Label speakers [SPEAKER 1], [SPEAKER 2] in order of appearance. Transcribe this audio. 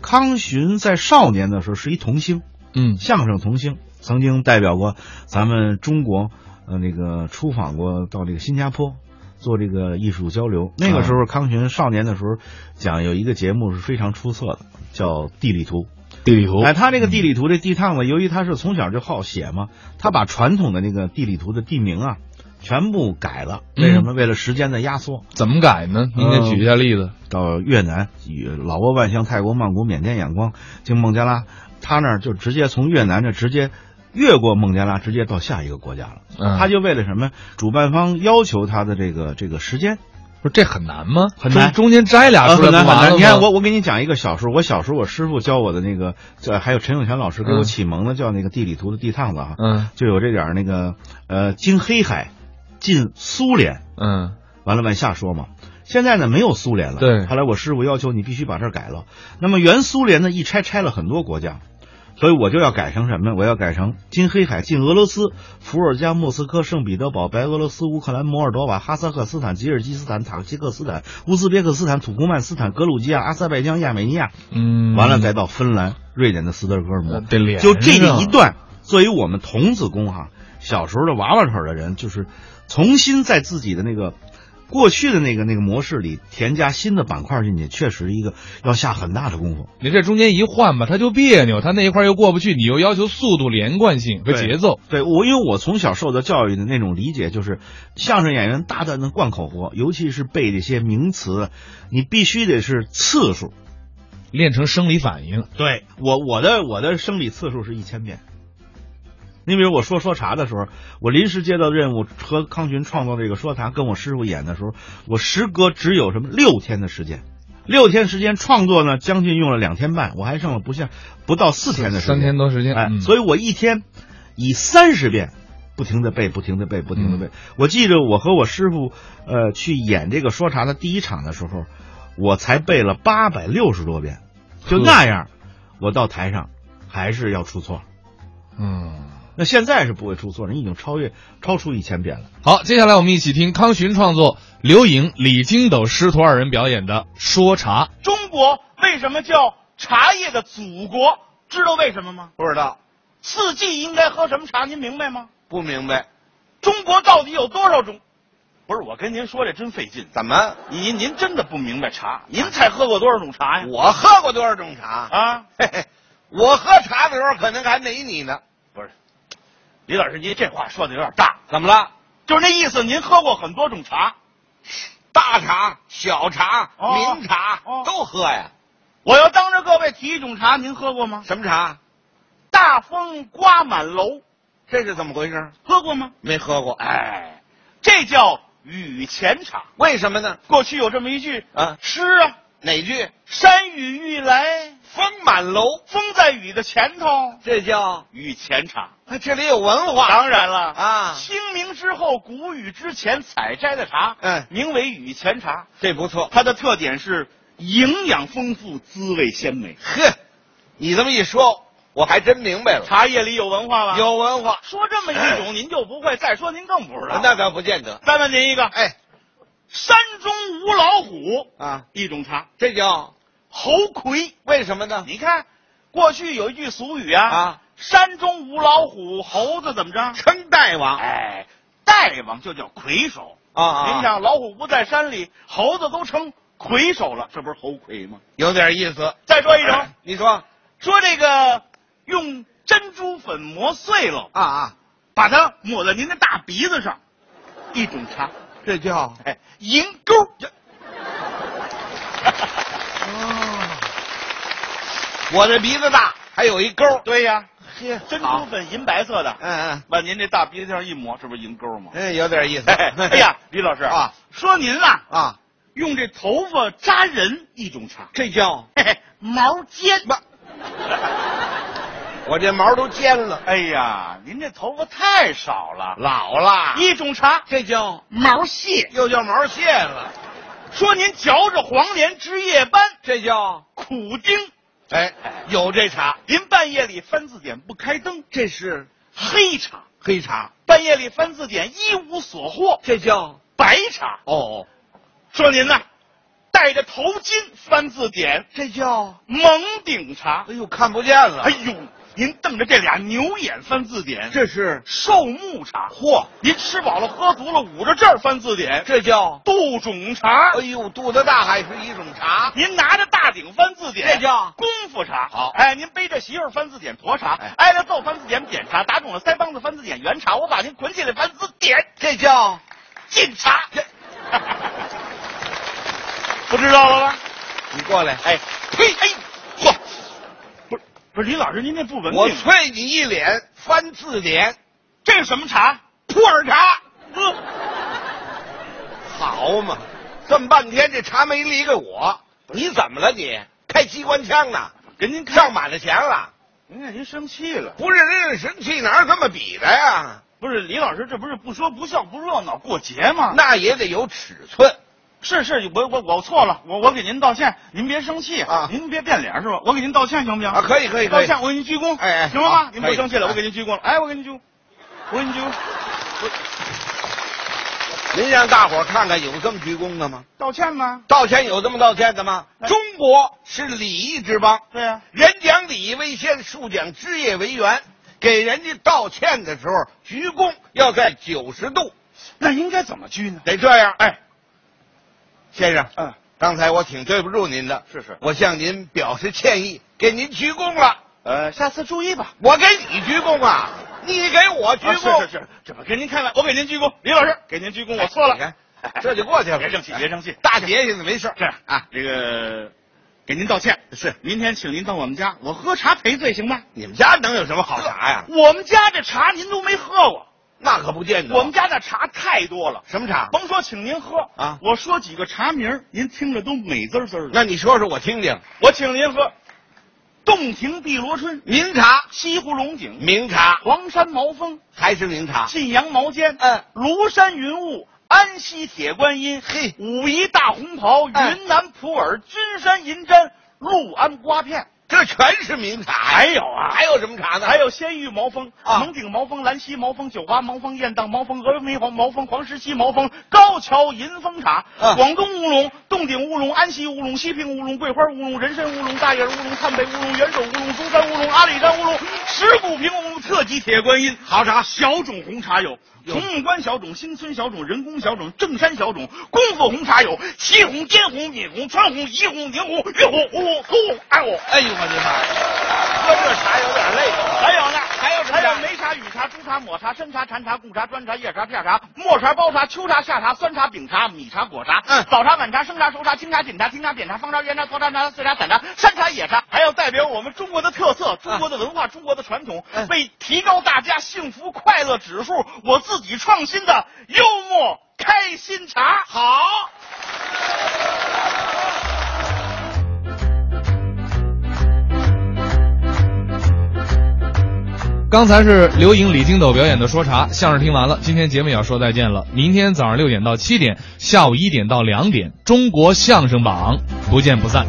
[SPEAKER 1] 康巡在少年的时候是一童星，
[SPEAKER 2] 嗯
[SPEAKER 1] 相声童星，曾经代表过咱们中国，呃，那个出访过到这个新加坡做这个艺术交流。那个时候，康巡少年的时候讲有一个节目是非常出色的，叫《地理图》。
[SPEAKER 2] 地理图
[SPEAKER 1] 哎，他这个地理图这地趟呢，由于他是从小就好写嘛，他把传统的那个地理图的地名啊全部改了。为什么？为了时间的压缩。
[SPEAKER 2] 怎么改呢？
[SPEAKER 1] 嗯
[SPEAKER 2] 您给举一下例子。
[SPEAKER 1] 到越南、以老挝、万象、泰国、曼谷、缅甸、仰光、经孟加拉，他那儿就直接从越南这直接越过孟加拉，直接到下一个国家了。
[SPEAKER 2] 嗯，
[SPEAKER 1] 他就为了什么？主办方要求他的这个这个时间
[SPEAKER 2] 不是这很难吗？
[SPEAKER 1] 很难
[SPEAKER 2] 中中间摘俩
[SPEAKER 1] 啊，
[SPEAKER 2] 出来
[SPEAKER 1] 很
[SPEAKER 2] 不
[SPEAKER 1] 难很
[SPEAKER 2] 完了
[SPEAKER 1] 难。
[SPEAKER 2] 吗
[SPEAKER 1] 你看，我我给你讲一个小时候，我小时候我师傅教我的那个，这还有陈永强老师给我
[SPEAKER 2] 嗯
[SPEAKER 1] 启蒙的叫那个地理图的地趟子啊，
[SPEAKER 2] 嗯
[SPEAKER 1] 就有这点儿那个呃，经黑海进苏联，
[SPEAKER 2] 嗯
[SPEAKER 1] 完了往下说嘛。现在呢，没有苏联了。
[SPEAKER 2] 对
[SPEAKER 1] 后来我师傅要求你必须把这儿改了。那么原苏联呢，一拆拆了很多国家，所以我就要改成什么？我要改成金黑海进俄罗斯、伏尔加、莫斯科、圣彼得堡、白俄罗斯、乌克兰、摩尔多瓦、哈萨克斯坦、吉尔吉斯坦、塔吉克斯坦、乌兹别克斯坦、土库曼斯坦、格鲁吉亚、阿塞拜疆、亚美尼亚，
[SPEAKER 2] 嗯，
[SPEAKER 1] 完了再到芬兰、瑞典的斯德哥尔摩。
[SPEAKER 2] 呃得连
[SPEAKER 1] 就这
[SPEAKER 2] 上
[SPEAKER 1] 一段，作为我们童子功哈，小时候的娃娃腿儿的人，就是重新在自己的那个过去的那个那个模式里添加新的板块进去，确实一个要下很大的功夫。
[SPEAKER 2] 你这中间一换吧，他就别扭，他那一块又过不去，你又要求速度、连贯性和
[SPEAKER 1] 对
[SPEAKER 2] 节奏。
[SPEAKER 1] 对我，因为我从小受到教育的那种理解，就是相声演员大胆的灌口活，尤其是背这些名词，你必须得是次数。
[SPEAKER 2] 练成生理反应。
[SPEAKER 1] 对我我的我的生理次数是一千遍。你比如我说说茶的时候，我临时接到任务和康群创造这个说茶，跟我师傅演的时候，我时隔只有什么六天的时间，六天时间创作呢，将近用了两天半，我还剩了不下不到四天的时间，
[SPEAKER 2] 三天多时间，
[SPEAKER 1] 哎，
[SPEAKER 2] 嗯
[SPEAKER 1] 所以我一天以三十遍不停的背，不停的背，不停
[SPEAKER 2] 嗯
[SPEAKER 1] 的背。我记着我和我师傅呃去演这个说茶的第一场的时候，我才背了八百六十多遍，就
[SPEAKER 2] 呵
[SPEAKER 1] 那样，我到台上还是要出错。
[SPEAKER 2] 嗯，
[SPEAKER 1] 那现在是不会出错，人已经超越超出一千遍了。
[SPEAKER 2] 好，接下来我们一起听康巡创作、刘颖、李金斗师徒二人表演的《说茶》。
[SPEAKER 3] 中国为什么叫茶叶的祖国？知道为什么吗？
[SPEAKER 4] 不知道，
[SPEAKER 3] 四季应该喝什么茶，您明白吗？
[SPEAKER 4] 不明白，
[SPEAKER 3] 中国到底有多少种？不是，我跟您说这真费劲。
[SPEAKER 4] 怎么？
[SPEAKER 3] 您您真的不明白茶？您才喝过多少种茶呀？
[SPEAKER 4] 我喝过多少种茶？
[SPEAKER 3] 啊，
[SPEAKER 4] 嘿嘿，我喝茶的时候可能还没你呢。
[SPEAKER 3] 不是，李老师，您这话说的有点大，
[SPEAKER 4] 怎么了？
[SPEAKER 3] 就是那意思。您喝过很多种茶，
[SPEAKER 4] 大茶、小茶、
[SPEAKER 3] 哦
[SPEAKER 4] 民茶、
[SPEAKER 3] 哦
[SPEAKER 4] 都喝呀。
[SPEAKER 3] 我要当着各位提一种茶，您喝过吗？
[SPEAKER 4] 什么茶？
[SPEAKER 3] 大风刮满楼，
[SPEAKER 4] 这是怎么回事？
[SPEAKER 3] 喝过吗？
[SPEAKER 4] 没喝过。哎，
[SPEAKER 3] 哎，这叫雨前茶。
[SPEAKER 4] 为什么呢？
[SPEAKER 3] 过去有这么一句
[SPEAKER 4] 啊
[SPEAKER 3] 诗啊，
[SPEAKER 4] 哪句？
[SPEAKER 3] 山雨欲来，
[SPEAKER 4] 风满楼，
[SPEAKER 3] 风在雨的前头，
[SPEAKER 4] 这叫哎
[SPEAKER 3] 雨前茶。
[SPEAKER 4] 这里有文化。
[SPEAKER 3] 当然了
[SPEAKER 4] 啊
[SPEAKER 3] 清明之后，谷雨之前采摘的茶，
[SPEAKER 4] 嗯
[SPEAKER 3] 名为雨前茶。
[SPEAKER 4] 这不错。
[SPEAKER 3] 它的特点是营养丰富，滋味鲜美。
[SPEAKER 4] 呵，你这么一说，我还真明白了，
[SPEAKER 3] 茶叶里有文化吧？。
[SPEAKER 4] 有文化。
[SPEAKER 3] 说这么一种，您就不会；再说您更不知道。
[SPEAKER 4] 那倒不见得。
[SPEAKER 3] 再问您一个，
[SPEAKER 4] 哎
[SPEAKER 3] 山中无老虎，
[SPEAKER 4] 啊，
[SPEAKER 3] 一种茶，
[SPEAKER 4] 这叫
[SPEAKER 3] 猴魁。
[SPEAKER 4] 为什么呢？
[SPEAKER 3] 你看，过去有一句俗语啊，
[SPEAKER 4] 啊
[SPEAKER 3] 山中无老虎，猴子怎么着？
[SPEAKER 4] 称大王
[SPEAKER 3] 哎，大王就叫魁首
[SPEAKER 4] 啊啊
[SPEAKER 3] 您想，老虎不在山里，猴子都称魁首了，这不是猴魁吗？
[SPEAKER 4] 有点意思。哎
[SPEAKER 3] 再说一 种，
[SPEAKER 4] 你说
[SPEAKER 3] 说这个用珍珠粉磨碎了，
[SPEAKER 4] 啊啊，
[SPEAKER 3] 把它抹在您的大鼻子上，一种茶，
[SPEAKER 4] 这叫
[SPEAKER 3] 哎，银钩。
[SPEAKER 4] 哦我这鼻子大，还有一钩。
[SPEAKER 3] 对呀，哎
[SPEAKER 4] 嘿，
[SPEAKER 3] 珍珠
[SPEAKER 4] 好
[SPEAKER 3] 粉银白色的，
[SPEAKER 4] 嗯嗯
[SPEAKER 3] 往您这大鼻子上一抹，这不是银钩吗？
[SPEAKER 4] 嗯，有点意思。
[SPEAKER 3] 哎呀，李老师
[SPEAKER 4] 啊，
[SPEAKER 3] 说您啊，
[SPEAKER 4] 啊，
[SPEAKER 3] 用这头发扎人一种茶，
[SPEAKER 4] 这叫
[SPEAKER 3] 嘿嘿，毛尖。
[SPEAKER 4] 我这毛都尖了，
[SPEAKER 3] 哎呀，您这头发太少了。
[SPEAKER 4] 老了。
[SPEAKER 3] 一种茶
[SPEAKER 4] 这叫
[SPEAKER 3] 毛蟹，
[SPEAKER 4] 又叫毛线了，
[SPEAKER 3] 说您嚼着黄连值夜班
[SPEAKER 4] 这叫
[SPEAKER 3] 苦丁，
[SPEAKER 4] 哎，有这茶，
[SPEAKER 3] 您半夜里翻字典不开灯，
[SPEAKER 4] 这是
[SPEAKER 3] 黑茶；
[SPEAKER 4] 黑茶，
[SPEAKER 3] 半夜里翻字典一无所获，
[SPEAKER 4] 这叫
[SPEAKER 3] 白茶。
[SPEAKER 4] 哦，
[SPEAKER 3] 说您呐，戴戴着头巾翻字典，
[SPEAKER 4] 这叫
[SPEAKER 3] 蒙顶茶
[SPEAKER 4] 哎。呦看不见了，
[SPEAKER 3] 哎呦，您瞪着这俩牛眼翻字典，
[SPEAKER 4] 这是
[SPEAKER 3] 寿木茶。
[SPEAKER 4] 嚯，
[SPEAKER 3] 您吃饱了喝足了，捂着这儿翻字典，
[SPEAKER 4] 这叫
[SPEAKER 3] 杜仲茶
[SPEAKER 4] 哎。呦肚子大还是一种茶，
[SPEAKER 3] 您拿着大鼎翻字典，
[SPEAKER 4] 这叫
[SPEAKER 3] 功夫茶。
[SPEAKER 4] 好
[SPEAKER 3] 哎，您背着媳妇儿翻字典婆茶
[SPEAKER 4] 哎，
[SPEAKER 3] 挨着揍翻字典扁茶，打肿了腮帮子翻字典圆茶，我把您捆起来翻字典
[SPEAKER 4] 这叫
[SPEAKER 3] 进茶。 不知道了吧？
[SPEAKER 4] 你过来，
[SPEAKER 3] 哎，呸！哎，嚯！不是不是，李老师，您这不文明。啊
[SPEAKER 4] 我啐你一脸翻字典，
[SPEAKER 3] 这是什么茶？
[SPEAKER 4] 普洱茶，
[SPEAKER 3] 呃，
[SPEAKER 4] 嗯好嘛，这么半天这茶没离开我，你怎么了你？开机关枪呢？
[SPEAKER 3] 给您看，
[SPEAKER 4] 上满了墙了？
[SPEAKER 3] 您看您生气了。
[SPEAKER 4] 不是人家神气哪有这么比的呀？
[SPEAKER 3] 不是李老师，这不是不说不笑不热闹过节吗？
[SPEAKER 4] 那也得有尺寸。
[SPEAKER 3] 是是，我我我错了，我我给您道歉，您别生气
[SPEAKER 4] 啊
[SPEAKER 3] 您别变脸是吧？我给您道歉行不行？
[SPEAKER 4] 啊可以可以可以
[SPEAKER 3] 道歉，我给您鞠躬，
[SPEAKER 4] 哎哎
[SPEAKER 3] 行了吗
[SPEAKER 4] 好？
[SPEAKER 3] 您
[SPEAKER 4] 可
[SPEAKER 3] 不
[SPEAKER 4] 以
[SPEAKER 3] 生气了，
[SPEAKER 4] 哎
[SPEAKER 3] 我给您鞠躬了，哎，我给您鞠躬，我给您鞠躬，
[SPEAKER 4] 您让大伙儿看看有这么鞠躬的吗？
[SPEAKER 3] 道歉吗？
[SPEAKER 4] 道歉有这么道歉的吗？
[SPEAKER 3] 哎
[SPEAKER 4] 中国是礼仪之邦，
[SPEAKER 3] 对呀、
[SPEAKER 4] 人讲礼仪为先，树讲枝叶为源。给人家道歉的时候，鞠躬要在九十度，
[SPEAKER 3] 那应该怎么鞠呢？
[SPEAKER 4] 得这样。哎，先生，
[SPEAKER 3] 嗯，
[SPEAKER 4] 刚才我挺对不住您的，
[SPEAKER 3] 是是
[SPEAKER 4] 我向您表示歉意，给您鞠躬了。
[SPEAKER 3] 呃，下次注意吧。
[SPEAKER 4] 我给你鞠躬啊，你给我鞠
[SPEAKER 3] 啊鞠
[SPEAKER 4] 躬，
[SPEAKER 3] 躬、是是是，这不给您看了，我给您鞠躬，李老师给您鞠躬，我错了，
[SPEAKER 4] 你看哎这就过去了。
[SPEAKER 3] 别生气，别生气，
[SPEAKER 4] 大节性的没事儿
[SPEAKER 3] 这样啊
[SPEAKER 4] 啊，，
[SPEAKER 3] 这个给您道歉，是明天请您到我们家，我喝茶赔罪行吗？
[SPEAKER 4] 你们家能有什么好茶呀？
[SPEAKER 3] 我们家这茶您都没喝过，
[SPEAKER 4] 那可不见得。
[SPEAKER 3] 我们家那茶太多了，
[SPEAKER 4] 什么茶？
[SPEAKER 3] 甭说请您喝
[SPEAKER 4] 啊
[SPEAKER 3] 我说几个茶名儿，您听着都美滋滋的。
[SPEAKER 4] 那你说说我听听。
[SPEAKER 3] 我请您喝，洞庭碧螺春、
[SPEAKER 4] 名茶、
[SPEAKER 3] 西湖龙井、
[SPEAKER 4] 名茶
[SPEAKER 3] 黄山毛峰、
[SPEAKER 4] 还是名茶？
[SPEAKER 3] 晋阳毛尖、
[SPEAKER 4] 啊嗯
[SPEAKER 3] 庐山云雾、安溪铁观音、
[SPEAKER 4] 嘿
[SPEAKER 3] 武夷大红袍、
[SPEAKER 4] 嗯
[SPEAKER 3] 云南普洱、君山银毡、六安瓜片，
[SPEAKER 4] 这全是名茶呀。
[SPEAKER 3] 还有啊
[SPEAKER 4] 还有什么茶呢？
[SPEAKER 3] 还有仙玉毛峰、
[SPEAKER 4] 啊
[SPEAKER 3] 蒙顶毛峰、兰溪毛峰、九华毛峰、雁荡毛峰、峨眉黄毛峰、黄石溪毛峰、高桥银峰茶、
[SPEAKER 4] 啊
[SPEAKER 3] 广东乌龙、洞顶乌龙、安溪乌龙、西平乌龙、桂花乌龙、人参乌龙、大叶乌龙、汉北乌龙、元首乌龙、中山乌龙、阿里山乌龙、石鼓坪乌龙、特级铁观音。好茶，小种红茶有。
[SPEAKER 4] 有
[SPEAKER 3] 从木关小种、新村小种、人工小种、正山小种、功夫红茶有祁红、滇红、闽红、川红、怡红、宁红、越红、胡红、苏红、爱红。
[SPEAKER 4] 哎呦我的妈呀！喝这茶有点累。
[SPEAKER 3] 还有呢，
[SPEAKER 4] 还有什么
[SPEAKER 3] 还
[SPEAKER 4] 呀
[SPEAKER 3] 有梅茶、雨茶、猪茶、抹茶、参茶、禅茶、贡茶、砖茶、叶茶、片茶、末茶、包茶、秋茶、夏茶、酸茶、饼茶、米茶、果茶、
[SPEAKER 4] 嗯
[SPEAKER 3] 早茶、晚茶、生茶、熟茶、清茶、锦茶、清茶、扁茶、方茶、圆茶、沱茶、茶碎茶、散茶、山茶、野茶，还有代表我们中国的特色、中国的文化、中国的传统
[SPEAKER 4] 嗯，
[SPEAKER 3] 为提高大家幸福快乐指数，我自己创新的幽默开心茶。好，
[SPEAKER 2] 刚才是刘颖、李金斗表演的说茶，相声听完了，今天节目也要说再见了。明天早上六点到七点，下午一点到两点，中国相声榜，不见不散。